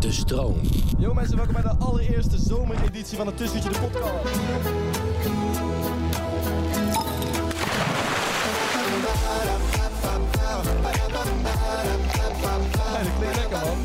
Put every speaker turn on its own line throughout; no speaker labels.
De stroom.
Yo mensen, welkom bij de allereerste zomereditie van het Tussentje de podcast. Ja, dat klinkt lekker man.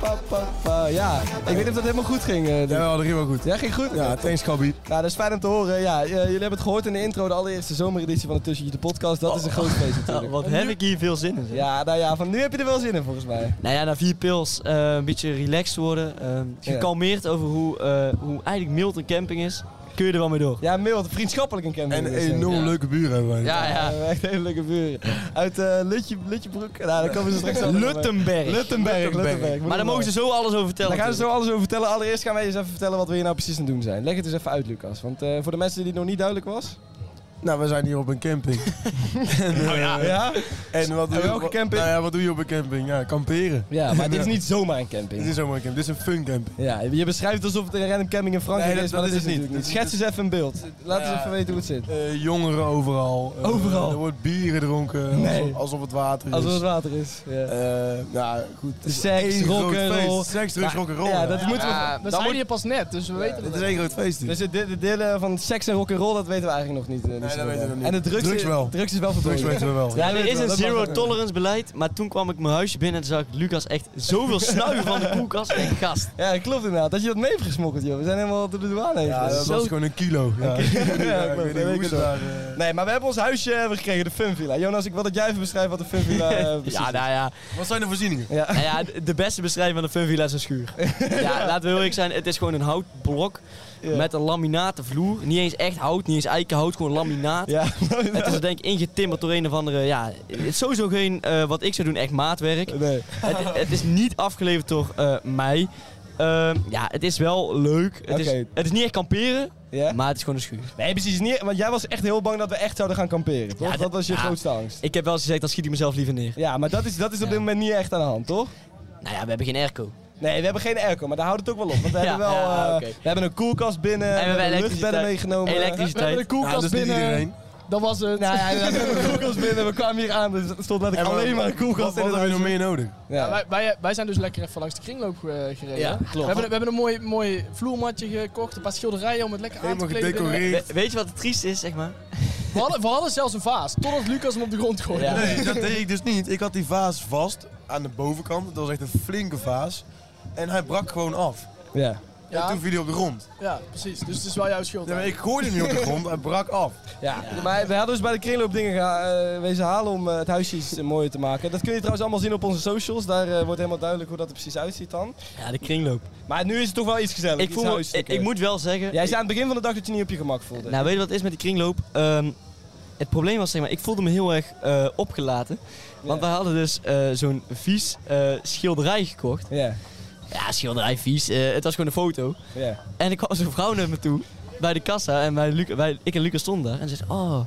Pa, pa, pa. Ja, ik weet niet of dat helemaal goed ging. eh, dit.
Ja, dat ging wel goed.
ja, ging goed?
Ja, thanks Gabi.
Nou, dat is fijn om te horen. Ja, eh, jullie hebben het gehoord in de intro, de allereerste zomereditie van het Tussentje de podcast. Dat is
Oh.
een groot feest natuurlijk.
Wat heb ik hier veel zin in. zeg.
Ja, nou ja, van nu heb je er wel zin in volgens mij.
Nou ja, na vier pils eh, een beetje relaxed worden. eh, gekalmeerd over hoe, eh, hoe eigenlijk mild een camping is. Kun je er wel mee door.
Ja, Mild, vriendschappelijk een camping.
En
dus, eh.
enorm leuke buren hebben wij.
Ja,
Ja, we hebben echt hele leuke buren. Uit eh Lutje, Lutjebroek. Nou, daar komen ze straks wel
Luttenberg.
Luttenberg. Luttenberg.
Maar daar mogen ze zo alles over vertellen.
Daar gaan ze zo
natuurlijk.
alles over vertellen. Allereerst gaan wij eens even vertellen wat we hier nou precies aan het doen zijn. Leg het eens even uit, Lucas. Want eh, voor de mensen die het nog niet duidelijk was.
Nou, we zijn hier op een camping. en, eh,
Nou Ja?
en wat doe
En
je
welke
wat-
camping?
Nou ja, wat doe je op een camping? Ja, kamperen.
Ja, maar dit is niet zomaar een camping.
Dit is zomaar een camping. Dit is een fun camping.
Ja, je beschrijft alsof het een random camping in Frankrijk
Nee, dat-
is, maar dat,
dat
is het niet. Schets eens even een beeld. Laat
Ja.
eens even weten hoe het zit.
Eh, jongeren overal. Eh,
Overal?
Er wordt bier gedronken.
Nee.
Alsof, alsof het water is.
Alsof het water is. Ja,
Eh, nou, goed. Het is
Seks,
één groot
rock'n'roll. Nou,
feest. Seks, drugs, rock'n'roll.
ja dat moeten we...
Ja,
dat
dat zei
moet-
je pas net, dus we weten
Het
het.
is één groot feest.
Dus
Dus.
de, de delen van seks en rock'n'roll, dat weten we eigenlijk nog niet. eh,
dat
zo
weten we
goed.
nog niet.
En de drugs,
Drugs wel.
Drugs is wel
Drugs
verboden.
weten we wel.
Ja,
er is
dat weten we,
een
dat mag
zero
wel.
tolerance beleid, maar toen kwam ik mijn huisje binnen en zag ik Lucas echt zoveel snuiven van de koelkast. Ik denk, gast,
Ja, dat klopt inderdaad. Dat je dat mee hebt gesmokkeld, joh. We zijn helemaal door de douane heen
Ja,
geweest.
dat was gewoon een kilo. Ja,
Ja,
ik
klopt,
weet
dat
niet
weet
hoe
ik
ze
wel.
daar... eh,
Nee, maar we hebben ons huisje hebben gekregen, de Funvilla. Jonas, ik wil dat jij even beschrijft wat de Funvilla eh precies
ja,
is.
nou ja,
Wat zijn de voorzieningen?
Ja.
Nou ja, de- de beste beschrijving van de funvilla is een schuur. Ja, laten we heel eerlijk zijn, het is gewoon een houtblok
Ja.
met een laminaten vloer. Niet eens echt hout, niet eens eikenhout, gewoon laminaat.
Ja,
Het is er denk ik ingetimmerd door een of andere, ja, het is sowieso geen, eh, wat ik zou doen, echt maatwerk.
nee.
Het, het is niet afgeleverd door eh, mij. Ehm, ja, het is wel leuk. Het, is,
Oké.
het is niet echt kamperen,
Ja?
maar het is gewoon een schuur.
Nee, precies niet. Want jij was echt heel bang dat we echt zouden gaan kamperen, toch?
Ja,
dat was je
ja.
grootste angst.
Ik heb wel eens gezegd, dan schiet ik mezelf liever neer.
Ja, maar dat is, dat is op
Ja.
dit moment niet echt aan de hand, toch?
Nou ja, we hebben geen airco.
Nee, we hebben geen airco, maar daar houdt het ook wel op. Want we
Ja,
hebben wel...
ja,
eh,
oké.
We hebben een koelkast binnen, we
hebben
hebben luchtbedden
elektriciteit.
meegenomen.
We hebben de
Elektriciteit.
Ja, Nou, dat
koelkast
is niet
binnen.
iedereen.
Dat was het.
Nou ja, inderdaad, we hebben een koelkast binnen, we kwamen hier aan, dus er stond
En
letterlijk
wat-
alleen maar een koelkast
Wat
in het
hebben we nog meer nodig?
Ja.
Wij, wij, wij zijn dus lekker even langs de kringloop eh, gereden.
Ja, klopt.
We hebben, we hebben een mooi, mooi vloermatje gekocht, een paar schilderijen om het lekker aan te
Helemaal
kleden.
gedecoreerd.
We- weet je wat het triest is, zeg maar?
We hadden, we hadden zelfs een vaas, totdat Lucas hem op de grond gooide.
Ja.
Nee, dat deed ik dus niet. Ik had die vaas vast aan de bovenkant. Dat was echt een flinke vaas. En hij brak gewoon af.
Ja.
En
Ja,
toen viel hij op de grond.
ja, precies. Dus het is wel jouw schuld.
Ja, maar
eigenlijk.
ik gooide hem niet op de grond, hij brak af.
Ja, maar we hadden dus bij de kringloop dingen geha- eh, wezen halen om eh, het huisje iets eh, mooier te maken. Dat kun je trouwens allemaal zien op onze socials. Daar eh, wordt helemaal duidelijk hoe dat er precies uitziet dan.
Ja, de kringloop.
Maar nu is het toch wel iets gezellig.
Ik,
iets
voel me- ik,
huiselijker.
ik moet wel zeggen...
eh. Jij zei aan het begin van de dag dat je niet op je gemak voelde.
Nou, weet je wat het is met die kringloop? Ehm, het probleem was, zeg maar, ik voelde me heel erg eh, opgelaten. Want
Ja.
wij hadden dus eh, zo'n vies eh, schilderij gekocht.
Ja,
Ja, schilderij vies. eh, het was gewoon een foto.
ja.
En ik kwam zo'n vrouw naar me toe bij de kassa. En wij, Luc- wij, ik en Lucas stonden daar. En ze zei, oh,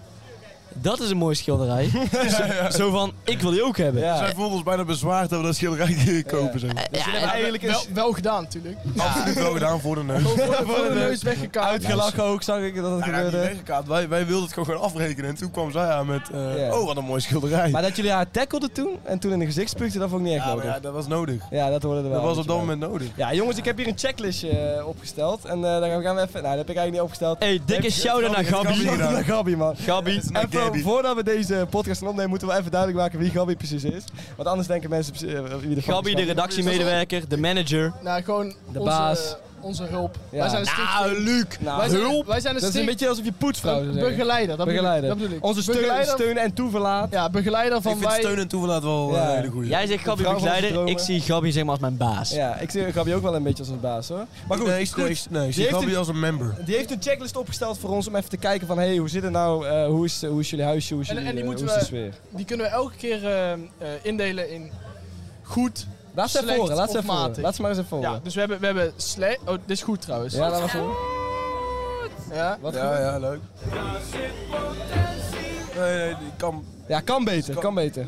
dat is een mooi schilderij. zo, zo van, ik wil die ook hebben.
Ja.
Zij voelde ons bijna bezwaard dat we dat schilderij eh, kopen. Zeg. maar.
Eh, ja,
jullie
en-
hebben eigenlijk is
wel, wel gedaan, natuurlijk.
Absoluut wel gedaan voor de neus.
Voor de neus weggekaart.
uitgelachen ook, zag ik dat dat
Hij raakte niet
gebeurde.
weggekaapt. Wij, wij wilden het gewoon gaan afrekenen. En toen kwam zij aan met, eh,
Ja.
oh wat een mooi schilderij.
Maar dat jullie haar tackelden toen en toen in de gezicht spuugden, dat vond ik niet echt
ja, maar
nodig.
ja,
Ja,
dat was nodig.
dat hoorde er wel.
Dat was
een
op dat
beetje
moment nodig.
bij. Ja, jongens, ik heb hier een checklistje eh, opgesteld. En eh, daar gaan we even. Nou, dat heb ik eigenlijk niet opgesteld.
hey, dikke
Heb-
shout-out naar
Gabi.
Gabi.
Shout-out naar Gabby, man.
Gabi,
Naar
Even we,
Gabby.
voordat we deze podcast gaan opnemen, moeten we even duidelijk maken wie Gabby precies is. Want anders denken mensen precies, eh, wie de fuck is
Gabby, de redactiemedewerker, de manager.
Nou, gewoon
De
onze,
baas.
onze hulp.
Ja.
Wij zijn een
Ah,
stichting.
Luc!
Nou,
wij, zijn,
hulp?
wij zijn een
dat is een
stichting.
beetje alsof je poetsvrouw zou
Een
zeggen.
begeleider, dat bedoel, ik,
Begeleider.
dat bedoel ik.
Onze steun,
begeleider,
steun en toeverlaat.
ja, begeleider van
ik vind
wij.
steun en toeverlaat wel eh,
Ja.
een hele goeie.
Jij zegt Gabby
Mevrouw van
begeleider,
onze
ik zie Gabby zeg maar als mijn baas.
Ja, ik zie Gabby ook wel een beetje als een baas hoor. Maar goed,
nee, ik- nee, ik- nee, ik zie
heeft
Gabby
een-
als een member.
Die heeft een checklist opgesteld voor ons om even te kijken van, hey, hoe zit het nou? Eh, hoe, is, hoe is jullie huisje? Hoe is,
En-
jullie,
en die
eh,
moeten
hoe is de sfeer?
Die kunnen we elke keer eh, eh, indelen in goed.
Laat ze even
Slecht
horen, laat ze
of
even horen.
matig?
Laat ze maar eens even
Ja,
horen.
dus we hebben, we hebben slecht. Oh, dit is goed trouwens.
Oh, Ja, laat maar horen.
Ja.
Wat
Ja, ja, leuk. Nee, nee, die kan...
Ja, kan beter, kan beter.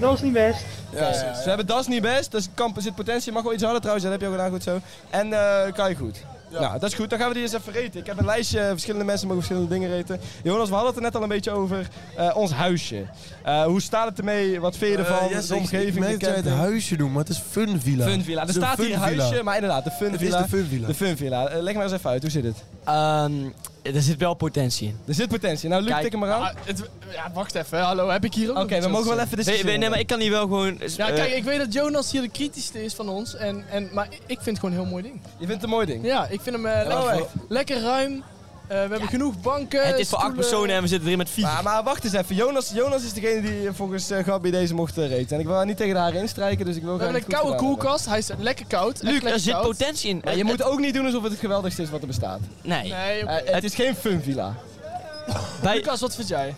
Dat is niet best.
Ja, ja,
Ze hebben das niet best, dus kan, er zit potentie. Mag wel iets harder trouwens, dat heb je ook gedaan, goed zo. En eh, kan je goed.
Ja.
Nou, dat is goed. Dan gaan we die eens even eten. Ik heb een lijstje, eh, verschillende mensen mogen verschillende dingen eten. Jonas, we hadden het er net al een beetje over. eh, ons huisje. Eh, hoe staat het ermee? Wat vind je ervan?
Eh, Jesse,
de
ik-
omgeving,
Ik merk
de
dat jij het
camping?
huisje doet, maar het is Fun Villa.
Fun Villa. Er
Het is een
staat hier
fun villa.
huisje, maar inderdaad, de Fun
Het is
Villa.
de Fun Villa.
De Fun Villa. Eh, leg maar eens even uit, hoe zit het?
Ehm, er zit wel potentie in.
Er zit potentie. Nou, Luc,
Kijk,
tik hem maar aan.
Ah, het- ja, wacht even. Hallo, heb ik hier ook
Oké,
nog iets
we mogen
over
wel
te
even
Nee,
discussiëren.
nee, nee, maar ik kan hier wel gewoon... eh,
zeggen? Ja, kijk, ik weet dat Jonas hier de kritischste is van ons. En, en, maar ik vind het gewoon een heel mooi ding.
Je vindt het een mooi ding.
Ja, ik vind hem eh, lekker,
maar-
lekker ruim. Eh, we hebben genoeg banken.
het is voor acht
stoelen.
personen en we zitten erin met vier.
Maar, maar wacht eens even. Jonas, Jonas is degene die volgens eh, Gabi deze mocht eh, reten. En ik wil haar niet tegen haar instrijken, dus ik wil
We
graag
hebben
het
een
goed
koude
gedaan hebben.
koelkast. Hij is lekker koud. echt
Luc,
lekker
er zit
koud.
potentie in.
Maar je
Het-
moet ook niet doen alsof het het geweldigste is wat er bestaat.
Nee,
Nee, oké.
Eh, het is geen fun villa.
bij,
Lucas, Dus wat vind jij?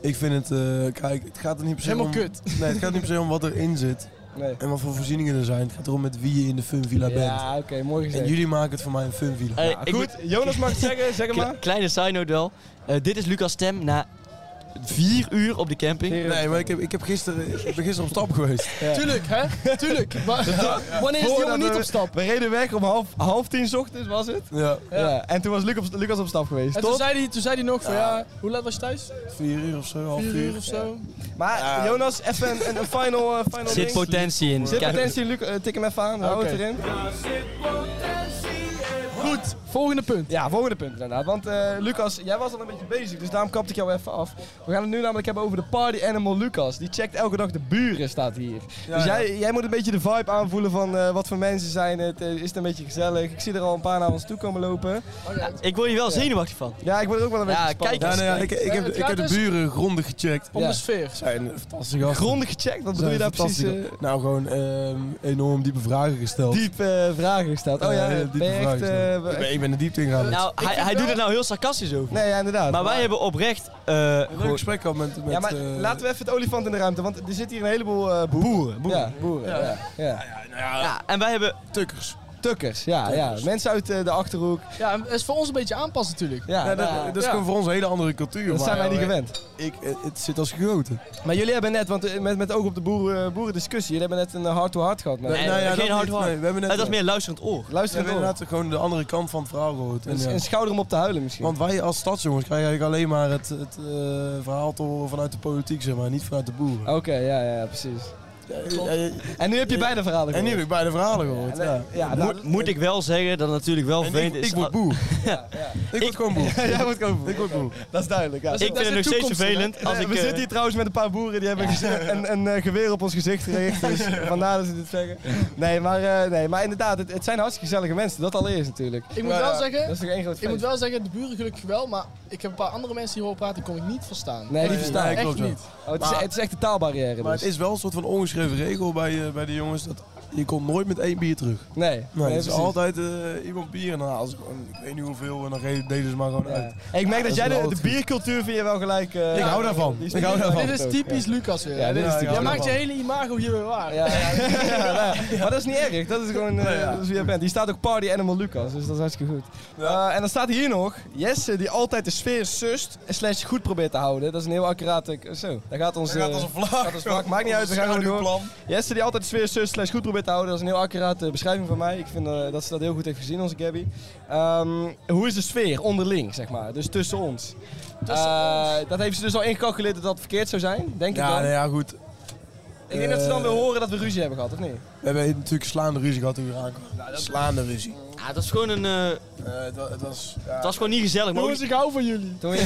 Ik vind het, eh, kijk, het gaat er niet per se
Helemaal
om...
kut.
Nee, het gaat niet per se om wat erin zit
Nee.
en wat voor voorzieningen er zijn. Het gaat erom met wie je in de Fun Villa bent.
Ja, oké, mooi gezegd.
En jullie maken het voor mij een Fun
eh,
Villa.
Nou,
ik moet-
goed, Jonas mag het zeggen, zeg het maar.
Kle- kleine side note wel. Eh, dit is Lucas' stem na vier uur op de camping.
Nee, maar ik, heb, ik, heb gisteren, ik ben gisteren op stap geweest.
Tuurlijk, hè? Tuurlijk. Maar- Wanneer is die
Voordat
jongen niet
we-
op stap?
We reden weg om half, half tien 's ochtends, was het?
Ja,
Ja. En toen was Luc op, Lucas op stap geweest,
En toen
toch?
zei, hij, toen zei hij nog van ja, hoe laat was je thuis?
vier uur of zo, half
Vier uur of zo.
Maar
Ja.
Jonas, even een, een, een final, eh, final
Zit
ding.
potentie in.
Zit
Kijk,
potentie, Luc, eh, tik hem even aan, we houden het erin.
Goed, volgende punt.
Ja, volgende punt inderdaad. Want eh, Lucas, jij was al een beetje bezig, dus daarom kapte ik jou even af. We gaan het nu namelijk hebben over de party animal Lucas. Die checkt elke dag de buren, staat hier.
Ja,
dus
ja.
Jij, jij moet een beetje de vibe aanvoelen van eh, wat voor mensen zijn het. eh, is het een beetje gezellig? Ik zie er al een paar naar ons toe komen lopen.
Ik word hier wel zenuwachtig van.
Ja, Nou, ik word er ook wel een
Ja,
beetje gespannen
kijk
Ja,
eens.
van.
nee, ja, ik, ik, heb, ik heb de buren grondig gecheckt.
dus
Om
Ja.
de sfeer.
Zijn fantastisch gasten.
Grondig gecheckt, wat bedoel je
Zijn
daar precies?
fantastisch.
eh,
nou, gewoon ehm, enorm diepe vragen gesteld.
diepe eh, vragen gesteld. Oh ja,
Eh, hele
ben je echt...
gesteld.
eh,
ik, ben, ik ben er diep in gegaan.
Nou, hij, hij doet het nou heel sarcastisch over.
Nee, ja, inderdaad.
maar wij hebben oprecht... eh,
een leuk
gewoon-
gesprek gehad met... met
Ja, maar
eh,
laten we even het olifant in de ruimte, want er zit hier een heleboel eh, boeren.
boeren. boeren.
Ja, boeren. Ja. Ja.
Ja, en wij hebben...
nou tukkers.
Tukkers, ja, ja. Mensen uit eh, de Achterhoek.
Ja, en het is voor ons een beetje aanpassen natuurlijk.
Ja,
Ja, dat,
nou,
dat is
ja.
gewoon voor ons een hele andere cultuur.
Dat
maar,
zijn wij niet
eh,
gewend.
Ik, eh, het zit als gegoten.
Maar jullie hebben net, want eh, met, met oog op de boeren, eh, boerendiscussie, jullie hebben net een eh, hard-to-hard gehad. Met
Nee, geen
dat
hard
niet.
hard.
Nee, we hebben net
Het was meer luisterend oor.
Ja,
Luister
we
ja,
hebben inderdaad gewoon de andere kant van het verhaal gehoord. En,
Een,
ja.
een schouder om op te huilen misschien.
Want wij als stadsjongens krijgen eigenlijk alleen maar het, het eh, verhaal te horen vanuit de politiek, zeg maar, niet vanuit de boeren.
Oké, ja, ja, precies.
Eh, eh,
En nu heb je beide verhalen
en
gehoord.
nu heb ik beide verhalen gehoord. Ja,
nee, ja, nou,
Moet, moet ik wel zeggen dat het natuurlijk wel
En ik,
vervelend is...
ik word boer.
ja.
Ik word gewoon boer.
Jij wordt ook
Ik word boer.
Dat is duidelijk, ja.
Ik vind het nog steeds vervelend als
Eh,
ik...
we
eh,
zitten hier trouwens met een paar boeren die hebben geze- een, een eh, geweer op ons gezicht gericht. Dus vandaar dat ze dit zeggen. Nee, maar, eh, nee, maar inderdaad, het, het zijn hartstikke gezellige mensen. Dat allereerst natuurlijk.
Ik moet
Maar,
wel
eh,
zeggen-
Dat is toch één groot
Ik moet
feest.
wel zeggen, de buren gelukkig wel, maar ik heb een paar andere mensen die horen praten, die kon ik niet verstaan.
Nee, die verstaan
Nee,
ik.
Echt
klopt wel.
niet.
Oh, het, is,
Maar-
het is echt de taalbarrière
Maar
dus.
het is wel een soort van ongeschreven regel bij, eh, bij de jongens dat je komt nooit met één bier terug.
Nee,
Nee, het is
precies.
altijd eh, iemand bier en dan halen ze gewoon, ik weet niet hoeveel en dan ge- delen ze maar gewoon
Ja.
uit.
Hey, ik merk dat
is
jij
wel
de, de
altijd goed.
biercultuur vind je wel gelijk. eh,
Ik hou
ja,
daarvan.
die is-
Ik hou daarvan.
Dit is typisch eh, Lucas weer.
Ja, dit
Dit-
is
Ja,
typisch.
hou
Jij maakt je
daarvan.
hele imago hier weer waar.
Ja, ja, ja, ja, ja. Maar dat is niet erg, dat is gewoon eh, dat is wie jij bent. Die staat ook Party Animal Lucas, dus dat is hartstikke goed. Eh, en dan staat hier nog Jesse, die altijd de sfeer sust en slash goed probeert te houden. Dat is een heel accurate... Zo, daar gaat ons... eh,
vlak.
als een vlak. Maakt niet uit, we gaan gewoon door. Jesse, die altijd de sfeer sust slash goed probeert te houden. Dat is een heel accurate beschrijving van mij. Ik vind eh, dat ze dat heel goed heeft gezien, onze Gabby. Ehm, hoe is de sfeer onderling, zeg maar? Dus tussen ons. Eh, Dat heeft ze dus al ingecalculeerd dat dat verkeerd zou zijn, denk ik
Ja,
dan.
nou ja, goed.
Ik Ik denk dat ze dan wil horen dat we ruzie hebben gehad, of niet?
We hebben natuurlijk slaande ruzie gehad toen we hier aankwamen. Slaande ruzie.
Ja, dat is gewoon een... eh,
Eh, het, wa- het was... Ja,
het was gewoon niet gezellig, maar ook
Jongens,
niet-
ik hou van jullie.
Toen we,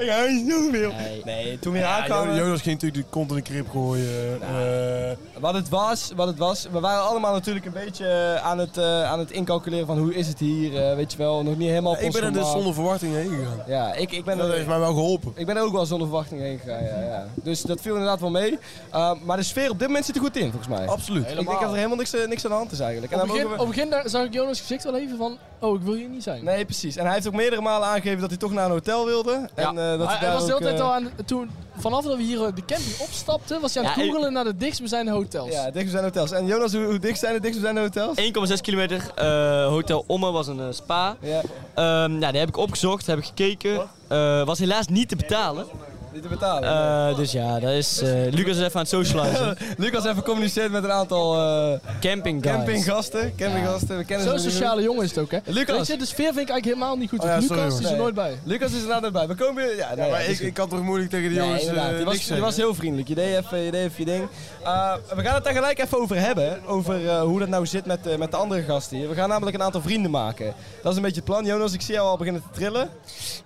Ik hou niet zo veel.
Nee.
nee, toen we hier
Ja, Jo-
aankwamen...
Jonas ging natuurlijk die kont in de krip gooien. eh,
Wat het was, wat het was. We waren allemaal natuurlijk een beetje eh, aan het, eh, aan het incalculeren van hoe is het hier, eh, weet je wel. Nog niet helemaal op
ik
ons eh,
ben er dus
gemak.
zonder verwachting heen gegaan.
Ja, ik, ik ben
En dat heeft
er...
mij wel geholpen.
Ik ben er ook wel zonder verwachting heen gegaan, ja, ja. Dus dat viel inderdaad wel mee. Eh, maar de sfeer op dit moment zit er goed in, volgens mij.
Absoluut.
Ik denk dat er helemaal niks, eh, niks aan de hand is eigenlijk. En
Op
dan
het begin,
mogen
op
we-
het begin daar zag ik Jonas' gezicht wel even van, oh, ik wil hier niet zijn.
Nee, precies. En hij heeft ook meerdere malen aangegeven dat hij toch naar een hotel wilde. En,
Ja.
eh, dat
hij,
hij
hij
daar
was de
ook,
hele tijd
eh,
al aan, toen, vanaf dat we hier eh, de camping opstapten, was hij aan het
Ja, en-
googelen naar de dichtstbijzijnde hotels.
Ja, dicht zijn hotels. En Jonas, hoe, hoe dicht zijn de dichtst zijn hotels?
1,6 kilometer. eh, hotel Omme was een eh, spa.
Ja,
Ehm, nou, die heb ik opgezocht, heb ik gekeken. Eh, was helaas niet te betalen.
niet te betalen.
Eh, dus ja, dat is... eh, Lucas is even aan het
Eh,
socializen.
Lucas heeft gecommuniceerd met een aantal eh,
Camping guys.
campinggasten. Campinggasten, we kennen
Zo'n
ze nu.
sociale jongen is het ook, hè?
Lucas.
Weet je, de sfeer vind ik eigenlijk helemaal niet goed.
Oh ja,
Lucas
sorry,
is er
jongen.
nooit bij.
Lucas is er inderdaad bij. We komen weer... Ja, dus- nee,
maar
dat
ik,
is goed.
ik kan toch moeilijk tegen die
Nee,
jongens
inderdaad.
eh,
Die was,
niks
die
zeggen.
was heel vriendelijk. Je deed even je, deed even je ding. Eh, we gaan het daar gelijk even over hebben. Over eh, hoe dat nou zit met, eh, met de andere gasten hier. We gaan namelijk een aantal vrienden maken. Dat is een beetje het plan. Jonas, ik zie jou al beginnen te trillen.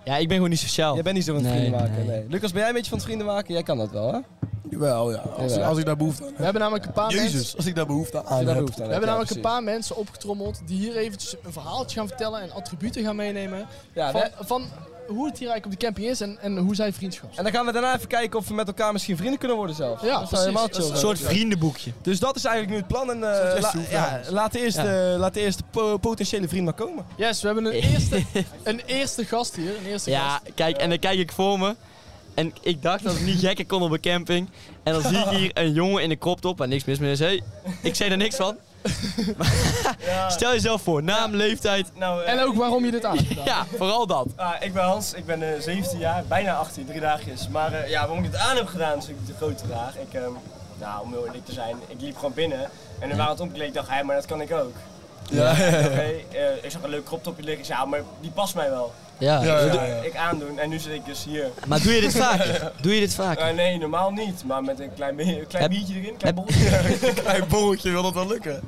Ja, ik ben gewoon niet sociaal.
Jij bent niet zo van het
Oh. Nee,
vrienden maken.
nee.
Nee. Lucas, ben jij een beetje van het vrienden maken? Jij kan dat wel, hè? Als
Jawel, ja. Als,
Jawel.
als ik daar behoefte aan
We
heb.
hebben namelijk een paar mensen...
Jezus, als ik daar behoefte aan
je
heb.
daar behoefte aan
We hebben
hebt.
namelijk een
Ja,
paar mensen opgetrommeld die hier eventjes een verhaaltje gaan vertellen en attributen gaan meenemen.
precies. Ja,
van,
nee.
van hoe het hier eigenlijk op de camping is en, en hoe zijn vriendschap.
En dan gaan we daarna even kijken of we met elkaar misschien vrienden kunnen worden zelf.
Ja,
dat zou helemaal
precies.
chill
Een
zijn.
soort vriendenboekje.
Dus dat is eigenlijk nu het plan. En, eh,
eerste
la-
hoeven
ja,
aan.
laat de eerste, laat de eerste po- potentiële vriend maar komen.
Yes, we hebben een eerste, een eerste gast hier. Een eerste
Ja,
gast.
kijk, en dan kijk ik voor me. En ik dacht dat het niet gekker kon op een camping. En dan zie ik hier een jongen in een crop top, waar niks mis mee is. Hey, ik zei er niks van. Maar Stel jezelf voor, naam, leeftijd.
Nou, eh,
En ook waarom je dit aan hebt gedaan.
Ja, vooral dat.
ah, ik ben Hans, ik ben eh, 17 jaar, bijna 18, drie dagjes. Maar eh, ja, waarom ik dit aan heb gedaan is natuurlijk de grote vraag. Ik, ehm, nou, om heel eerlijk te zijn, ik liep gewoon binnen en er waren het omkleed. Ik dacht, hé, maar dat kan ik ook.
Ja, ja, ja.
Oké, eh, ik zag een leuk crop topje liggen. Ik zei, ja, maar die past mij wel.
Ja.
Ja, ja,
Dus
ja.
Ik aandoen en nu zit ik dus hier.
Maar doe je dit vaker? Doe je dit vaker?
Eh, nee, normaal niet, maar met een klein, be- een klein
Heb-
biertje erin, klein
heb-
borreltje.
Klein borreltje wil dat wel lukken.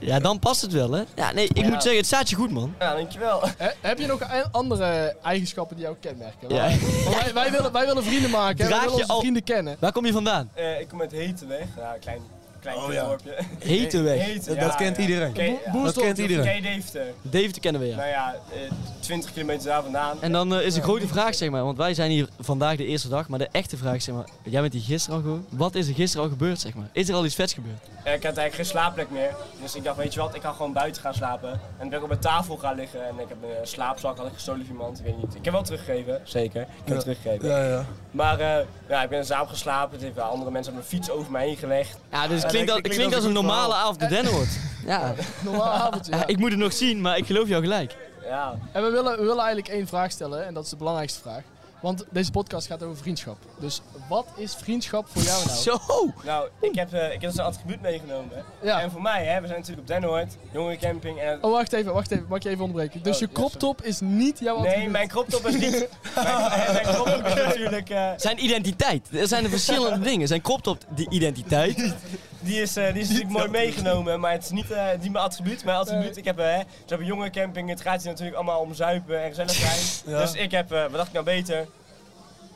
Ja, dan past het wel, hè? Ja, nee, ik
Ja.
moet zeggen, het staat je goed, man.
Ja, dankjewel.
He- heb je nog a- andere eigenschappen die jou kenmerken?
Ja.
Want wij, wij, willen, wij willen vrienden maken. hè? Wij
Draag
willen
je
onze
al-
vrienden kennen.
Waar kom je vandaan?
Eh, ik kom uit Hetenweg, nou, klein, klein
Oh, ja.
dorpje.
Hetenweg.
Heten,
Dat- dat
ja,
kent
ja.
iedereen.
Ken- ja.
Dat kent iedereen.
Ken je Deventer?
Deventer kennen we, ja.
Nou ja, eh, 20 kilometer daar vandaan.
En dan eh, is de grote vraag, zeg maar, want wij zijn hier vandaag de eerste dag, maar de echte vraag, zeg maar, jij bent hier gisteren al gehoord. Wat is er gisteren al gebeurd, zeg maar? Is er al iets vets gebeurd?
Eh, ik had eigenlijk geen slaapplek meer. Dus ik dacht, weet je wat, ik ga gewoon buiten gaan slapen. En toen ben ik op mijn tafel gaan liggen en ik heb een eh, slaapzak had ik gestolen van iemand. Ik weet niet. Ik heb wel teruggegeven, zeker. Ik heb
Ja.
teruggegeven.
Ja, ja.
Maar eh, ja, ik ben samen geslapen. Het heeft wel andere mensen hebben mijn fiets over mij heen gelegd.
Ja, dus het
Ja,
klinkt,
dat
al, het
klinkt
klinkt
als
als
een
een
goed
normale avond in Dennenwoord. Ja.
Normaal avondje. ja.
ja, ik moet het nog zien, maar ik geloof jou gelijk.
Ja,
En we willen, we willen eigenlijk één vraag stellen. En dat is de belangrijkste vraag. Want deze podcast gaat over vriendschap. Dus wat is vriendschap voor jou nou?
Zo!
nou, ik heb, eh, ik heb dus een attribuut meegenomen.
Ja.
En voor mij, hè, we zijn natuurlijk op Den Hoort, jongerencamping. En...
Oh, wacht even, wacht even. Mag ik je even onderbreken? Dus
Oh,
je
ja,
crop top is niet jouw
Nee,
attribuut?
mijn kroptop is niet. mijn, mijn kroptop is natuurlijk. eh,
Zijn identiteit. Er zijn er verschillende dingen. Zijn kropt op die identiteit.
Die is, eh, die is natuurlijk mooi meegenomen, maar het is niet, eh, niet mijn attribuut. Mijn attribuut, ik heb, eh, dus ik heb een jonge camping, het gaat hier natuurlijk allemaal om zuipen en gezellig zijn.
Ja.
Dus ik heb, eh, wat dacht ik nou beter?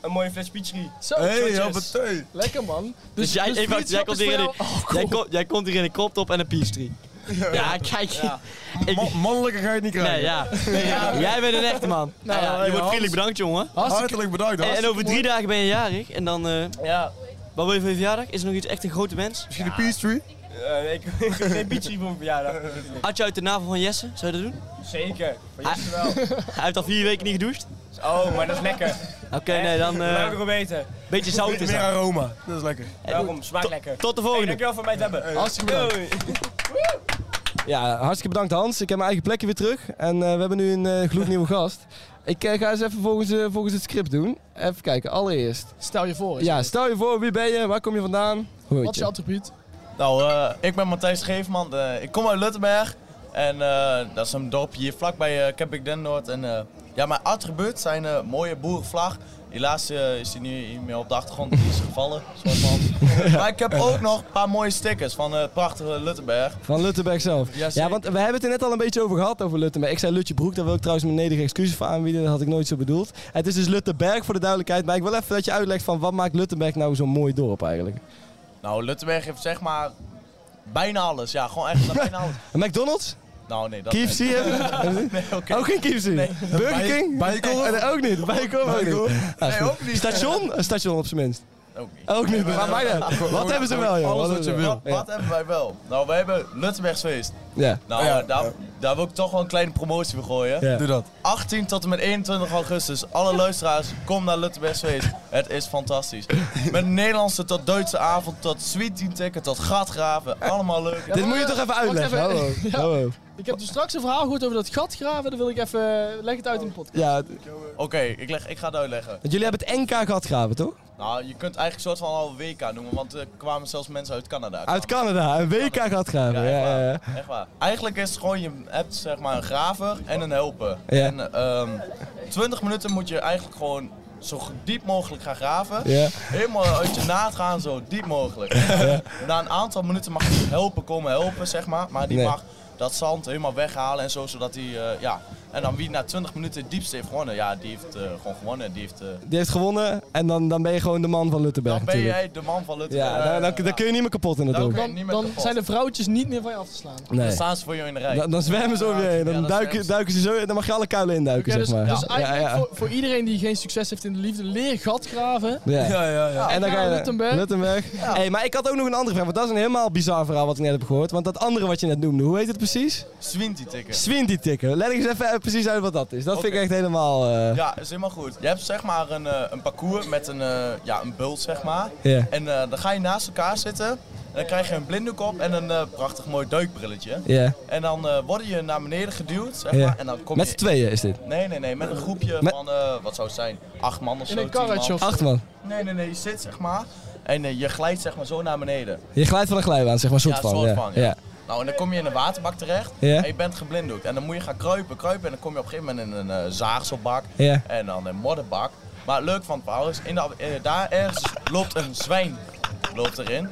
Een mooie fles pitcherie.
Zo,
Hé,
shotjes.
hoppatee.
Lekker man. Dus,
Dus jij- even wacht, jij
vriendschap
komt
is
hier
voor
in
jou- Oh,
Jij, kom- jij komt hier in een crop top en een peace Ja, kijk.
Ja.
Ik-
Ma- Mannelijker ga je het niet krijgen.
nee, ja. Jij bent een echte man.
Nou,
Ja, je
Hans.
wordt vriendelijk bedankt, jongen.
hartstikke-
Hartelijk bedankt.
En, en
Hans.
over drie dagen ben je jarig. En dan, eh,
Ja,
wat wil je voor je verjaardag? Is er nog iets echt een grote wens?
Misschien een Peachtree?
eh, ik ik heb geen pitcherie voor mijn verjaardag.
Had je uit de navel van Jesse? Zou je dat doen?
Zeker, maar juist wel.
Hij heeft al vier weken niet gedoucht.
Oh, maar dat is lekker.
Oké, nee, dan
Laat ik
eh,
het wel weten.
beetje zout is
Meer
dat.
aroma. Dat is lekker.
Daarom, smaakt lekker.
Tot de
Hey,
volgende.
dankjewel voor mij te hebben.
Hartstikke bedankt.
Doei.
Ja, hartstikke bedankt Hans. Ik heb mijn eigen plekje weer terug. En eh, we hebben nu een eh, gloednieuwe gast. Ik eh, ga eens even volgens, eh, volgens het script doen. Even kijken, allereerst.
Stel je voor. eens.
Ja, stel je voor, wie ben je? Waar kom je vandaan? Hoe heet
Wat is je attribuut?
Nou, eh, ik ben Matthijs Geefman. eh, ik kom uit Luttenberg. En eh, dat is een dorpje hier vlakbij eh Camping Den Noord. En eh,
Ja, mijn attribuut zijn eh, mooie boerenvlag. Helaas eh, is die nu niet meer op de achtergrond. Die is gevallen, zoals van. Maar ik heb ook nog een paar mooie stickers van eh prachtige Luttenberg.
Van Luttenberg zelf.
Ja, zeker.
ja, want we hebben het er net al een beetje over gehad, over Luttenberg. Ik zei Lutje Broek, daar wil ik trouwens mijn nederige excuses voor aanbieden. Dat had ik nooit zo bedoeld. Het is dus Luttenberg voor de duidelijkheid. Maar ik wil even dat je uitlegt van wat maakt Luttenberg nou zo'n mooi dorp eigenlijk.
Nou, Luttenberg heeft zeg maar bijna alles. Ja, gewoon echt bijna alles.
Een McDonald's?
Nou, nee, dat
KFC hebben we?
Nee, oké.
Ook geen KFC? Burger King? Bijenkorf? ook niet. Bijenkorf ook niet. Ah, is
Nee,
goed.
ook niet.
Station? Een station op zijn minst.
Ook niet.
Ook niet. Maar mij dan. Wat hebben ze wel, joh?
alles
Wat
wat
hebben ze
je
Wat,
wel?
wat hebben wij wel? Nou, wij hebben Luttenbergs feest.
Ja.
Nou,
Ja,
eh, daar, daar wil ik toch wel een kleine promotie voor gooien.
Ja.
Doe dat.
18 tot en met 21 augustus. Alle luisteraars, kom naar Luttenbergs feest. Het is fantastisch. Met Nederlandse tot Duitse avond, tot sweet tea tikken, tot gatgraven. Allemaal leuk.
Dit moet je toch even uitleggen?
even.
Hallo.
Ja.
Hallo.
Ik heb dus straks een verhaal gehoord over dat gat graven. Dan wil ik even... Leg het uit in de podcast.
Ja,
Oké, ik, leg- ik ga het uitleggen.
want jullie hebben het NK gehad graven, toch?
Nou, je kunt eigenlijk een soort van al WK noemen, want er kwamen zelfs mensen uit Canada.
Uit Canada. Een WK gehad graven.
Ja,
Ja,
echt
ja,
waar.
ja.
Echt waar. Eigenlijk is het gewoon, je hebt zeg maar een graver en een helper.
Ja.
En ehm 20 minuten moet je eigenlijk gewoon zo diep mogelijk gaan graven.
Ja.
Helemaal uit je naad gaan, zo diep mogelijk. Na een aantal minuten mag je helpen komen helpen, zeg maar. Maar die
Nee.
mag dat zand helemaal weghalen en zo, zodat hij, eh, ja. En dan wie na 20 minuten het diepste heeft gewonnen, ja, die heeft eh, gewoon gewonnen. Die heeft, eh,
Die heeft gewonnen en dan, dan ben je gewoon de man van Luttenberg
dan ben
natuurlijk.
jij de man van Eh, Luttenberg.
Ja, dan, dan, dan kun je niet meer kapot in het
Dan
dorp.
kun je
Dan,
niet meer
dan
kapot.
zijn de vrouwtjes niet meer van je af te slaan. Oké,
Nee.
Dan staan ze voor jou in de rij.
Dan, dan zwemmen ze om je heen.
Ja,
Dan
dan
duiken,
zwemmen ze.
duiken ze zo in. Dan mag je alle kuilen induiken,
dus,
zeg maar.
dus eigenlijk
ja.
Voor, voor iedereen die geen succes heeft in de liefde, leer gat graven.
Ja.
Ja, ja, ja.
En dan
Ja,
ga je
Luttenberg.
Luttenberg. Hey, maar ik had ook nog een andere vraag, want dat is een helemaal bizar verhaal wat ik net heb gehoord. Want dat andere wat je net noemde, hoe heet het precies?
Swinty tikken.
Swinty tikken. Leg eens even eh, precies uit wat dat is. Dat vind ik
Oké.
echt helemaal. eh,
Ja, is helemaal goed. Je hebt zeg maar een, eh, een parcours met een, eh, ja, een bult, zeg maar.
Ja.
En eh, dan ga je naast elkaar zitten. En dan krijg je een blinddoek op en een eh, prachtig mooi duikbrilletje.
ja.
En dan eh word je naar beneden geduwd, zeg
Ja.
maar. En dan kom
Met
je...
z'n tweeën is dit.
Nee, nee, nee. Met een groepje
Met-
van, eh, wat zou het zijn? Acht man of
In
zo,
een car
tien
uit
man.
shop.
Acht man.
Nee, nee, nee. Je zit, zeg maar. En eh, je glijdt, zeg maar, zo naar beneden.
Je glijdt van een glijbaan, zeg maar, soort
Ja,
van.
soort
ja.
van, ja.
ja.
Nou, en dan kom je in een waterbak terecht.
Ja.
En je bent geblinddoekt. En dan moet je gaan kruipen, kruipen. En dan kom je op een gegeven moment in een eh, zaagselbak.
Ja.
En dan een modderbak. Maar het leuke van het verhaal is, in de, eh, daar ergens loopt een zwijn loopt erin.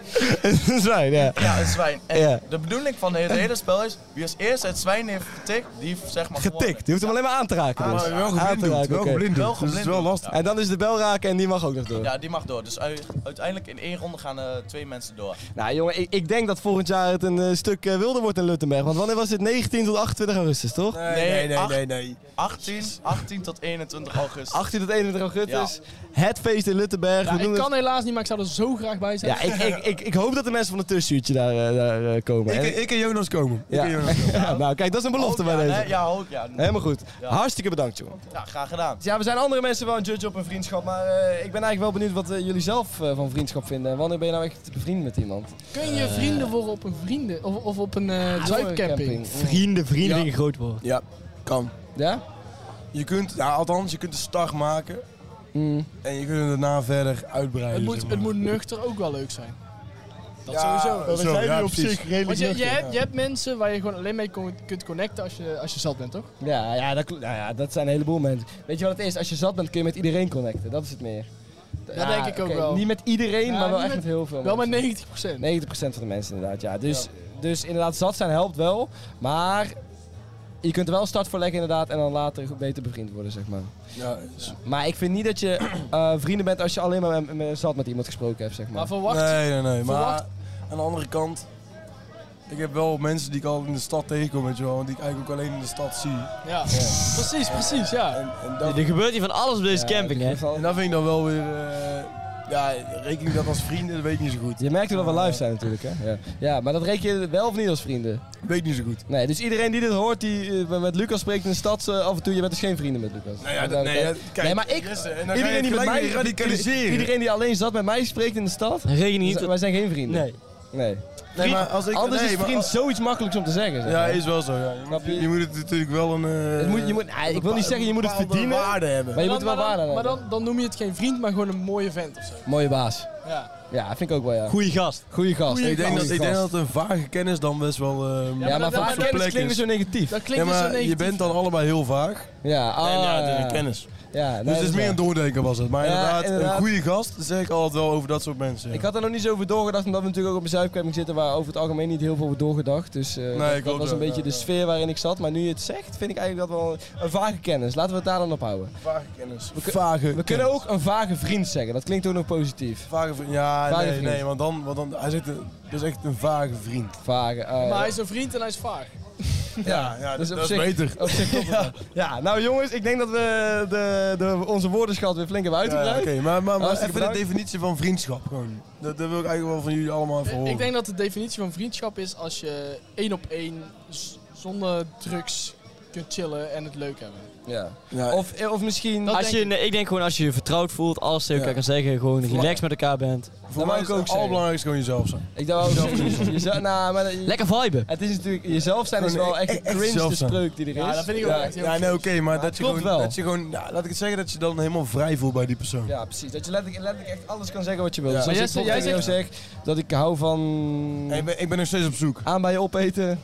Zwijn, ja.
Ja, een zwijn. En
Ja.
de bedoeling van het hele spel is, wie als eerste het zwijn heeft getikt, die heeft zeg maar
Getikt. Je hoeft hem alleen maar aan te
Ah,
raken. Dus.
Maar wel
Aan te
geblinddoekt.
raken,
Wel
oké.
geblinddoekt. Dus
Wel
het is wel
geblinddoekt,
lastig.
En dan is de bel raken en die mag ook nog door.
gewonnen. Ja, die mag door. Dus ui- uiteindelijk in één ronde gaan eh, twee mensen door.
Nou jongen, ik, ik denk dat volgend jaar het een eh, stuk eh, wilder wordt in Luttenberg. Want wanneer was het? 19 tot 28 augustus, toch?
Nee, nee, nee, nee. nee.
18, 18 tot 21 augustus.
18 tot 21 augustus. Het feest in Luttenberg.
Ja,
We doen
ik
het-
kan helaas niet, maar ik zou er zo graag bij zijn.
Ja, ik, ik, ik, ik hoop dat de mensen van het tussenuurtje daar, eh, daar eh, komen. En-
Ik, ik en Jonas komen.
ja.
Ik Oh, en Jonas komen.
Ja, nou, kijk, dat is een belofte
Ook,
bij
ja,
deze.
nee, ja, ook, ja.
Helemaal goed.
Ja.
Hartstikke bedankt, jongen.
ja, graag gedaan.
Ja, we zijn andere mensen wel een judge op een vriendschap. Maar eh, ik ben eigenlijk wel benieuwd wat eh, jullie zelf van vriendschap vinden. Wanneer ben je nou echt bevriend met iemand?
Kun je vrienden worden op een vrienden of, of op een eh
Mm.
zuipcamping?
Vrienden, vrienden
Ja.
in groot worden.
Ja, kan.
Ja?
Je kunt, ja, althans, je kunt de start maken
Mm.
en je kunt het daarna verder uitbreiden.
Het moet,
zeg
het
maar.
moet nuchter ook wel leuk zijn.
Dat sowieso. Dat zijn ja, op zich
Want je, je, hebt, je hebt mensen waar je gewoon alleen mee kon- kunt connecten als je, als je zat bent, toch?
Ja, ja, dat, kl- nou ja, dat zijn een heleboel mensen. Weet je wat het is? Als je zat bent kun je met iedereen connecten. Dat is het meer. Dat
denk ik ook wel.
Niet met iedereen,
Ja,
maar wel
niet
echt met
met-
heel veel
Wel met
mensen.
90 procent.
90% van de mensen inderdaad, ja. Dus, dus inderdaad, zat zijn helpt wel. Maar je kunt er wel een start voor leggen inderdaad en dan later goed beter bevriend worden, zeg maar.
Ja, is-
Maar ik vind niet dat je eh, vrienden bent als je alleen maar met, met- zat met iemand gesproken hebt, zeg maar.
Maar verwacht,
Nee, nee, nee. Maar
Verwacht.
aan de andere kant, ik heb wel mensen die ik al in de stad tegenkom, weet je wel, die ik eigenlijk ook alleen in de stad zie.
ja. Precies, precies, ja.
En, en, dat,
Er gebeurt hier van alles op deze
Ja,
camping,
dat
hè?
is wel-
en dat vind ik dan wel weer, eh, ja, rekening dat als vrienden, dat weet ik niet zo goed.
Je merkt wel dat we live zijn natuurlijk, hè. Ja. ja, maar dat reken je wel of niet als vrienden?
Weet niet zo goed.
Nee, dus iedereen die dit hoort, die eh, met Lucas spreekt in de stad, eh, af en toe, je bent dus geen vrienden met Lucas.
Nou ja,
Dat-
dat, nee, ja, kijk,
Nee, maar ik-
Christen, en dan ga je
Iedereen
het
die, met
gelijk
mij,
weer radicaliseren.
iedereen die alleen zat met mij spreekt in de stad,
Reken niet.
wij zijn geen vrienden.
Nee.
Nee.
Nee, maar als ik...
Anders
nee,
is
maar-
vriend zoiets makkelijks om te zeggen. zeg
Ja,
maar.
is wel zo, ja. Je
Snap
moet,
je?
je moet het natuurlijk wel een... eh,
Het moet, je moet, nee, ik wil niet zeggen je moet het
bepaalde
verdienen,
waarde hebben.
maar je moet er wel
maar
waarde
dan,
aan
maar
hebben.
dan, dan noem je het geen vriend, maar gewoon een mooie vent of zo.
Mooie baas.
Ja.
Ja, vind ik ook wel, ja.
Goeie gast.
Goeie gast.
ik, denk dat,
Goeie
ik denk
gast.
dat een vage kennis dan best wel... ehm,
Ja, maar
dat-
vaak
dat-
kennis
plek
klinkt
is.
zo negatief.
Dat
ja,
klinkt dus zo
maar je
negatief.
bent dan allebei heel vaag.
Ja, ah,
en ja, het is een kennis.
Ja, nee,
Dus
dat
het
is
is meer
waar.
een doordenken was het. Maar
Ja,
inderdaad,
inderdaad.
een goede gast zeg ik altijd wel over dat soort mensen. ja.
Ik had er nog niet zo over doorgedacht, omdat we natuurlijk ook op een zuipcamping zitten waar over het algemeen niet heel veel wordt doorgedacht. Dus eh, dat, dat
klopt,
was
ja,
een beetje
ja,
de
ja.
sfeer waarin ik zat. Maar nu je het zegt, vind ik eigenlijk dat wel een vage kennis. Laten we het daar dan op houden.
Vage kennis.
kun-
Vage
We kunnen ook een vage vriend zeggen. Dat klinkt ook nog positief.
Vage vriend. Ja,
Vage
nee,
vriend.
nee, want dan, want dan, hij zegt, een- dat is echt een vage vriend.
Vage. eh,
Maar hij is een vriend en hij is vaag.
Ja, ja
dus
dat,
op
dat is
zich-
beter.
op zich klopt het wel. Ja, nou jongens, ik denk dat we de, de, onze woordenschat weer flink hebben
Ja, ja,
uitgebreid.
Oké, maar, maar, maar even
Hartstikke
de
bedankt.
definitie van vriendschap gewoon. Dat, dat wil ik eigenlijk wel van jullie allemaal even horen.
Ik denk dat de definitie van vriendschap is als je één op één z- zonder drugs kunt chillen en het leuk hebben.
Ja.
Ja,
Of, eh, of misschien...
Dat
Als
denk
je, nee, ik denk gewoon als je je vertrouwd voelt, alles tegen
Ja.
elkaar kan zeggen, gewoon relaxed met elkaar bent.
voor
wou
mij
ik
is
ook
het
zeggen.
allerbelangrijkste gewoon jezelf zijn.
Ik dacht ook jezelf. jezelf nou, maar, dat-
Lekker viben.
Het is natuurlijk, jezelf zijn is
Gewoon
wel echt
e-
de
echt zelf
cringe
zijn.
spreuk die er is.
Ja, dat vind ik ook echt heel
Ja, nee, oké, maar dat, je
klopt
gewoon,
wel.
dat je gewoon, ja, laat ik het zeggen, dat je dan helemaal vrij voelt bij die persoon.
Ja, precies. Dat je letterlijk, letterlijk echt alles kan zeggen wat je wilt.
Ja.
Dus
Maar
als
jij
ik tegen jou
zegt-
zeg dat ik hou van
Ik, ben, ik ben nog steeds op zoek.
aan bij je opeten,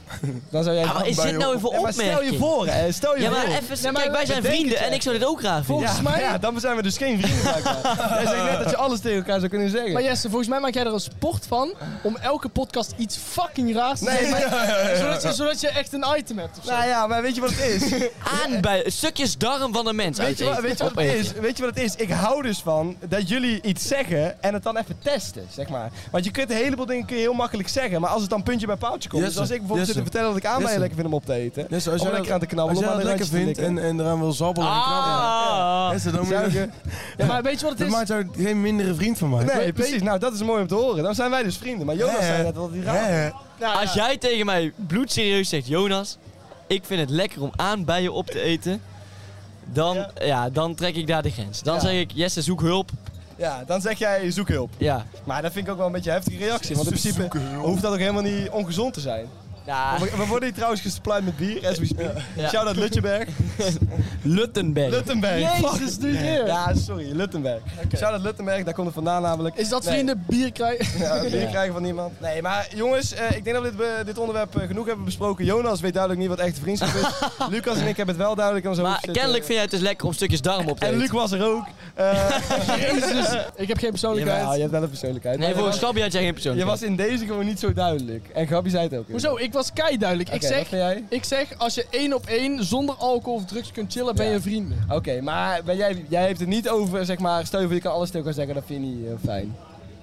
dan zou jij...
Ja, maar is dit nou even
Ja, maar stel je
opmerking?
voor, hè, stel je
Ja,
voor.
maar even,
Nee, maar
kijk, wij zijn
bedenk
vrienden
het
en ik zou dit ook graag vinden.
Volgens mij... Ja, dan zijn we dus geen vrienden blijkbaar. Jij zegt net dat je alles tegen elkaar zou kunnen zeggen.
Maar Jesse, volgens mij maak jij er een sport van om elke podcast iets fucking raars te zeggen. Zodat, je, zodat je echt een item hebt of zo.
nou ja, maar weet je wat het is?
Aan bij stukjes darm van een mens.
Weet je, wat,
uiteten.
weet, je wat het
Opeten.
is? weet je wat het is? Ik hou dus van dat jullie iets zeggen en het dan even testen, zeg maar. Want je kunt een heleboel dingen kun je heel makkelijk zeggen, maar als het dan puntje bij paaltje komt.
Jesse,
dus als ik bijvoorbeeld zit te
Jesse,
vertellen dat ik aan mij
Jesse.
lekker vind om op te eten,
Yes,
of
Dus als jij
Oh, lekker aan
dat,
te
als
knabbelen, om
jij
aan
dat
een randje
lekker
te
vindt en,
likken.
en eraan wil
Oh,
zappelen en knabbelen.
Ah.
Yes, dan moet je-
Zuigen.
Ja, maar weet je wat
Dat
het is?
maakt jou geen mindere vriend van mij.
Nee, precies. Nou, dat is mooi om te horen. Dan zijn wij dus vrienden. Maar Jonas
Hè?
zei net dat hij raar
Hè?
Nou,
Als jij tegen mij bloedserieus zegt, Jonas, ik vind het lekker om aan bij je op te eten. Dan, ja. dan trek ik daar de grens. Dan
Ja.
zeg ik, Jesse, zoek hulp.
Ja, dan zeg jij zoek hulp.
Ja.
Maar dat vind ik ook wel een beetje een heftige reactie, want in principe
Zoeken, joh.
hoeft dat ook helemaal niet ongezond te zijn.
Nou,
We we worden hier trouwens gespleit met bier, as we speak.
Ja.
Shout-out Lutjeberg.
Luttenberg.
Luttenberg.
Jezus, doe je weer.
Ja, sorry, Luttenberg. Shout-out Luttenberg, daar komt het vandaan namelijk.
Is dat
Nee.
vrienden bier krijgen?
Ja, bier krijgen van niemand. Nee, maar jongens, eh, ik denk dat we dit, be- dit onderwerp eh, genoeg hebben besproken. Jonas weet duidelijk niet wat echte vriendschap is. Lucas en ik hebben het wel duidelijk aan zo
maar kennelijk vind jij het dus lekker om stukjes darm op te
En
eten.
Luc was er ook. Eh
Ik heb geen persoonlijkheid.
Jawel, je hebt wel een persoonlijkheid.
nee,
Maar
voor
je, was,
Schabby had jij geen persoon.
je was in deze gewoon niet zo duidelijk. En Gabi zei het ook.
Hoezo? Ik was kei duidelijk.
Oké,
ik,
wat
zeg,
vind jij?
ik zeg, als je één op één zonder alcohol of drugs kunt chillen, ben
Ja.
je vrienden.
Oké, maar ben jij, jij hebt het niet over, zeg maar, stel je voor je kan alles tegen elkaar zeggen, dat vind je niet eh, fijn.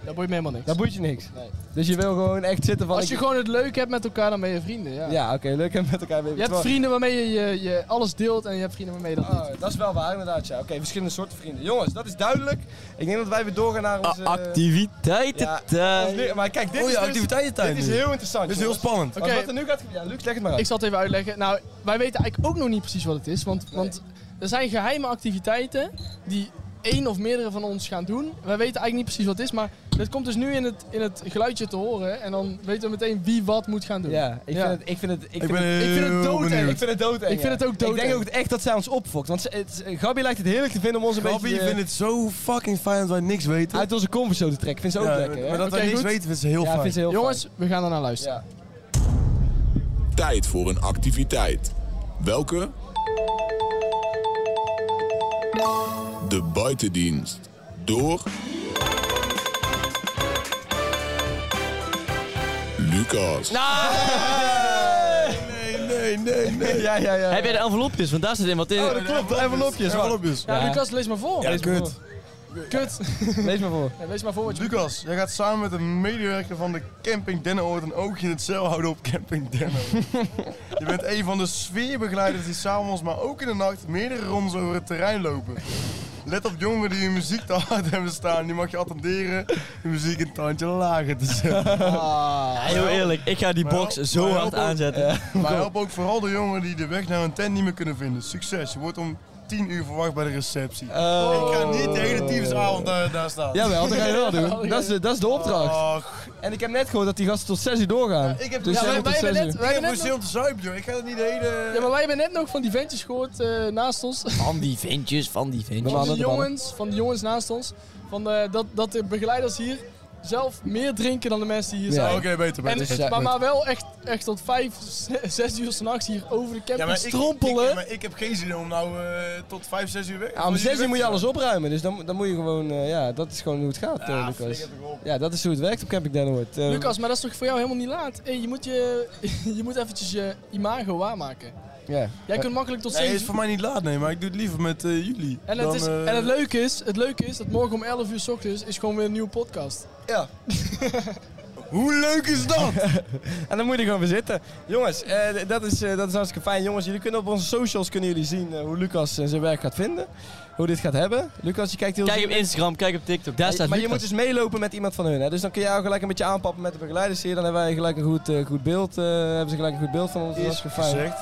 Dat boeit me helemaal niks.
Dat boeit je niks.
Nee.
Dus je wil gewoon echt zitten van...
Als je
ik-
gewoon het leuk hebt met elkaar, dan ben je vrienden. Ja.
Ja, oké, leuk en met elkaar weer.
Je hebt vrienden waarmee je, je, je alles deelt en je hebt vrienden waarmee je dat niet.
Oh, dat is wel waar, inderdaad. Ja. Oké, verschillende soorten vrienden. Jongens, dat is duidelijk. Ik denk dat wij weer doorgaan
Ah,
naar onze.
Activiteiten.
Ja. ons le- maar kijk, Dus, eh, dit
Oh
is,
ja,
dus-
activiteitentijd
dit is
nu.
heel interessant.
Dit is heel
jongens.
spannend.
Want
Oké.
Wat er nu gaat gebeuren. Ja, Luc, leg het maar uit.
Ik zal het even uitleggen. Nou, wij weten eigenlijk ook nog niet precies wat het is. Want, want er zijn geheime activiteiten die één of meerdere van ons gaan doen. Wij weten eigenlijk niet precies wat het is. Maar dat komt dus nu in het, in het geluidje te horen. En dan weten we meteen wie wat moet gaan doen.
Ja, ik
Ja.
vind het. Ik vind het. Ik,
Ik
vind
ben
het-
ik vind het
heel
doodeng.
ik
benieuwd.
vind het doodeng.
Ik vind
ja.
het ook doodeng.
Ik denk ook echt dat zij ons opfokt. Want ze- het, Gabi lijkt het heerlijk te vinden om ons een
Gabi
beetje eh,
vindt het zo fucking fijn dat wij niks weten.
uit onze comfortzone te trekken. Vindt ze ook
Ja,
lekker. hè?
Maar dat
Oké,
wij niks
goed.
weten vindt ze heel
ja,
fijn.
vindt ze heel
Jongens, we gaan ernaar luisteren.
fijn. Ja.
Tijd voor een activiteit. Welke? De buitendienst. Door. Lucas.
Nee, nee, nee.
Ja, ja, ja.
Heb jij de envelopjes? Want daar zit in wat in.
Oh, dat klopt. De envelopjes. wacht.
Envelopjes.
Ja,
Ja.
Lucas, lees maar voor.
Ja,
lees maar
kut.
voor. Kut.
Lees maar voor.
Ja, lees maar voor wat je...
Lucas, jij gaat samen met een medewerker van de Camping Dennenoord een oogje in het zeil houden op Camping Dennenoord. je bent een van de sfeerbegeleiders die s'avonds, maar ook in de nacht, meerdere rondes over het terrein lopen. Let op jongeren die hun muziek te hard hebben staan. Die mag je attenderen de muziek een tandje lager te zetten.
Ja, heel eerlijk, ik ga die
Maar
box
help-
zo
maar
hard
help ook.
aanzetten.
Maar help ook vooral de jongeren die de weg naar hun tent niet meer kunnen vinden. Succes, je wordt om tien uur verwacht bij de receptie.
Oh.
Ik ga niet de hele teamsavond daar, daar staan.
Jawel, dat ga je wel doen. Dat is de, dat is de opdracht.
Och,
En ik heb net gehoord dat die gasten tot 6 uur doorgaan.
ik heb
Dus
ja,
jij
wij-
moet
wij
tot
hebben
6 uur.
net- wij
ik heb mijn
hebben net nog-
zin om te zuipen, joh. Ik ga dat niet de hele...
ja, maar wij hebben net nog van die ventjes gehoord eh, naast ons.
Van die ventjes, van die ventjes.
Van
mannen,
die
de mannen.
jongens, van die jongens naast ons. Van de, dat, dat de begeleiders hier zelf meer drinken dan de mensen die hier
Ja.
zijn.
Oké, beter,
En,
dus,
beter.
ja,
maar,
goed.
maar wel echt, echt tot vijf, zes- zes uur s'nachts hier over de camping strompelen.
Ik, ik, maar ik heb geen zin om nou eh, tot vijf, zes uur weg.
Ja, om 6 uur moet je alles opruimen, dus dan, dan moet je gewoon, eh, ja, dat is gewoon hoe het gaat, eh,
Ja,
Lucas.
flikker toch op.
Ja, dat is hoe het werkt op Camping Den Hoort. Eh,
Lucas, maar dat is toch voor jou helemaal niet laat? Hey, je, moet je, je moet eventjes je imago waarmaken.
ja.
Jij kunt makkelijk tot
Nee,
zeven
is voor mij niet laat, nee, maar ik doe het liever met eh, jullie.
En het,
Dan,
is,
eh,
en het, leuke is, het leuke is dat morgen om 11 uur s ochtends is gewoon weer een nieuwe podcast.
Hoe leuk is dat?
En dan moet je er gewoon weer zitten. Jongens, eh, dat, is, eh, dat is hartstikke fijn. Jongens, jullie kunnen op onze socials kunnen jullie zien eh, hoe Lucas eh, zijn werk gaat vinden. Hoe dit gaat hebben. Lucas, je kijkt heel
Kijk op
goed.
Instagram, kijk op TikTok. Daar staat
maar je moet
Lucas.
dus meelopen met iemand van hun. Hè? Dus dan kun je jou gelijk een beetje aanpappen met de begeleiders hier. Dan hebben wij gelijk een goed, eh, goed beeld. eh, hebben ze gelijk een goed beeld van ons. Dat is hartstikke fijn.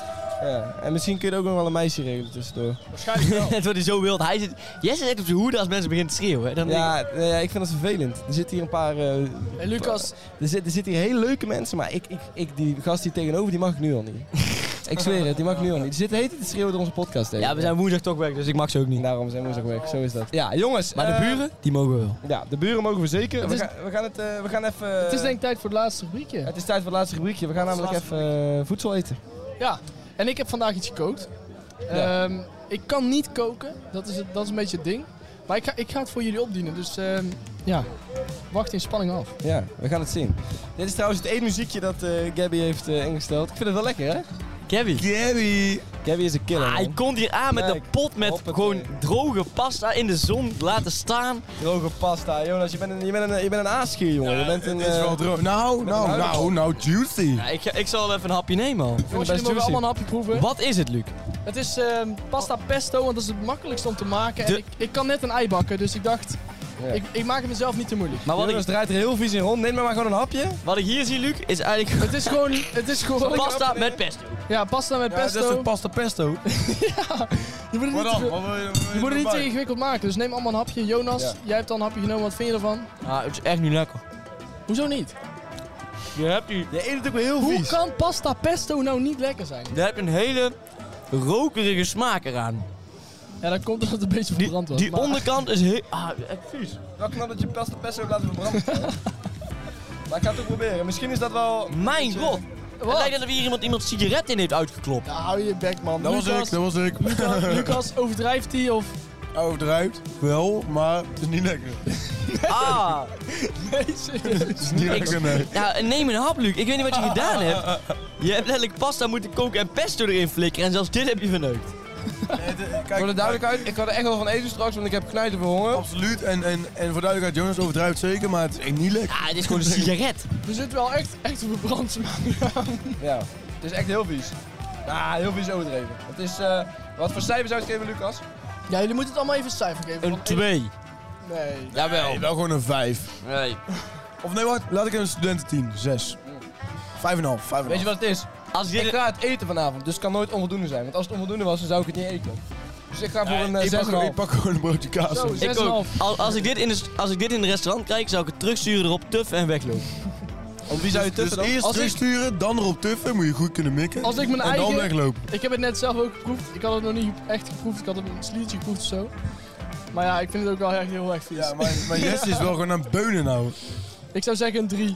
Ja. En misschien kun je er ook nog wel een meisje regelen tussendoor.
dus Het wordt hier zo wild. Hij zit... Jesse zit op zijn hoede als mensen beginnen te schreeuwen. hè. Dan denk ik-
Ja, nee, ja, ik vind dat vervelend. Er zitten hier een paar. eh,
Hey, Lucas,
er, zit, er zitten hier hele leuke mensen, maar ik, ik, ik, die gast die tegenover, die mag ik nu al niet. ik zweer het, die mag ik nu al niet. Die zitten heten te schreeuwen door onze podcast tegen.
ja, we zijn woensdag toch weg, dus ik mag ze ook niet.
Daarom zijn we zo weg, zo is dat. Ja, jongens.
Maar de
eh,
buren, die mogen wel.
Ja, de buren mogen we zeker.
Het
We,
is-
gaan, we, gaan het, eh, we gaan even...
het is denk ik tijd voor het laatste rubriekje.
het is tijd voor het laatste rubriekje. We gaan namelijk even eh, voedsel eten.
Ja, en ik heb vandaag iets gekookt.
Ja.
Ehm, ik kan niet koken, dat is, het, dat is een beetje het ding. Maar ik ga, ik ga het voor jullie opdienen, dus ehm, ja, wacht in spanning af.
Ja, we gaan het zien. Dit is trouwens het één muziekje dat eh, Gabby heeft eh, ingesteld. Ik vind het wel lekker, hè?
Gabby.
Gabby!
Gabby is een killer,
Ah, hij
man.
komt hier aan met een
Kijk,
pot met
hoppatee.
gewoon droge pasta in de zon laten staan.
Droge pasta. Jonas, je bent een, je bent een, je bent een aasgier, jongen. je bent een...
Het is
eh,
wel droog. Nou, nou,
een huid.
nou, nou, juicy.
Ja, ik, ga- ik zal even een hapje nemen al.
Jongens,
best
jullie mogen
juicy.
allemaal een hapje proeven.
Wat is het, Luc?
Het is ehm, pasta pesto, want dat is het makkelijkst om te maken. En
De-
ik, ik kan net een ei bakken, dus ik dacht,
Ja.
ik, ik maak het mezelf niet te moeilijk.
Maar wat
Jonas
ik,
draait er heel vies in rond. Neem maar, maar gewoon een hapje.
wat ik hier zie, Luc, is eigenlijk
Het is gewoon, het is gewoon
pasta met pesto.
Ja, pasta met
Ja, dat is
pesto.
toch pasta pesto?
je
Wat
moet het niet, te
dan?
veel-
Wat wil je- wat wil
je moet het niet
erbij?
te ingewikkeld maken, dus neem allemaal een hapje. Jonas,
Ja.
jij hebt al een hapje genomen, wat vind je ervan?
Ah, het is echt niet lekker.
Hoezo niet?
Je hebt, die,
Je eet het ook wel heel
Hoe
vies.
kan pasta pesto nou niet lekker zijn?
je hebt een hele rokerige smaak eraan.
Ja, dat komt omdat het een beetje verbrand was.
Die
maar-
onderkant is heel... Ah, echt vies.
Wel knap dat je pasta pesto hebt laten verbranden. maar ik ga het ook proberen. Misschien is dat wel...
Mijn god. Het
Wat?
lijkt alsof hier iemand iemand sigaret in heeft uitgeklopt.
Ja, hou je bek, man.
Dat was
Lucas,
ik, dat was ik.
Lucas, Lucas, overdrijft hij of...
Overdrijft, wel, maar het is niet lekker.
Ah.
Nee, serieus.
Het is niet
Ik-
lekker, nee.
Ja, neem een hap, Luc. Ik weet niet wat je gedaan hebt. Je hebt letterlijk pasta moeten koken en pesto erin flikkeren. En zelfs dit heb je verneukt.
Voor de
Kijk,
duidelijkheid, ik had er echt wel van eten straks, want ik heb knijten voor honger.
absoluut. En, en, en voor duidelijkheid, Jonas overdrijft zeker, maar het is echt niet lekker.
Ja, het is gewoon een sigaret.
Er zit wel echt, echt een verbrand smaak aan.
Ja, het is echt heel vies. Ah, heel vies overdreven. Het is, eh, wat voor cijfer zou je het geven, Lucas?
Ja, jullie moeten het allemaal even een cijfer geven.
Een
want-
twee.
Nee.
Jawel.
Nee, wel gewoon een vijf.
Nee.
Of nee, wacht, laat ik een studententeam. Zes. Vijf en een half, vijf en
Weet je
een
wat het is?
Als
Ik
dit...
ga het eten vanavond, dus het kan nooit onvoldoende zijn. Want als het onvoldoende was, dan zou ik het niet eten. Dus ik ga voor een eh,
half. Ik pak
6,5.
gewoon- Ik pak gewoon een broodje kaas.
Zo,
Ik
zes en
ook.
half.
Al- Als ik, dit in de, als ik dit in een restaurant krijg, zou ik het terugsturen erop, tuf en weglopen.
Om wie zou je
Dus
tussen dan?
eerst
Als ik-
terugsturen, dan erop tuffen, moet je goed kunnen mikken.
Als ik mijn
en dan
eigen-
weglopen.
Ik heb het net zelf ook geproefd. Ik had het nog niet echt geproefd. Ik had het een sliertje geproefd of zo. Maar ja, ik vind het ook wel echt heel erg vies.
Ja, maar, maar Jesse is wel gewoon aan het beunen nou.
Ik zou zeggen een 3.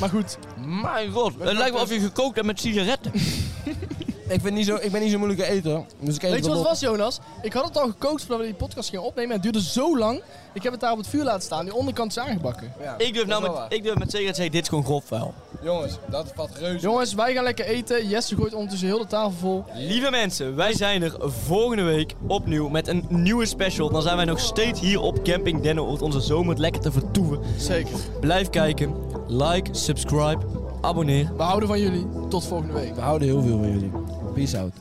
Maar goed,
Mijn god. Het lijkt wel of je gekookt hebt met sigaretten.
Ik, ben niet zo, ik ben niet zo moeilijk te eten, dus ik eet
weet je wat het
wel op.
was Jonas? Ik had het al gekookt voordat we die podcast gingen opnemen. En het duurde zo lang. Ik heb het daar op het vuur laten staan. Die onderkant is aangebakken.
Ja,
Ik durf,
dat
nou
is wel waar.
met, ik durf met zekerheid te zeggen, dit is gewoon grof vuil.
Jongens, dat vat reuze.
Jongens, wij gaan lekker eten. Jesse gooit ondertussen heel de tafel vol.
Lieve mensen, wij zijn er volgende week opnieuw met een nieuwe special. Dan zijn wij nog steeds hier op Camping Dennenoord onze zomer lekker te vertoeven.
Zeker.
Blijf kijken, like, subscribe, abonneer.
We houden van jullie. Tot volgende week.
We houden heel veel van jullie. Peace out.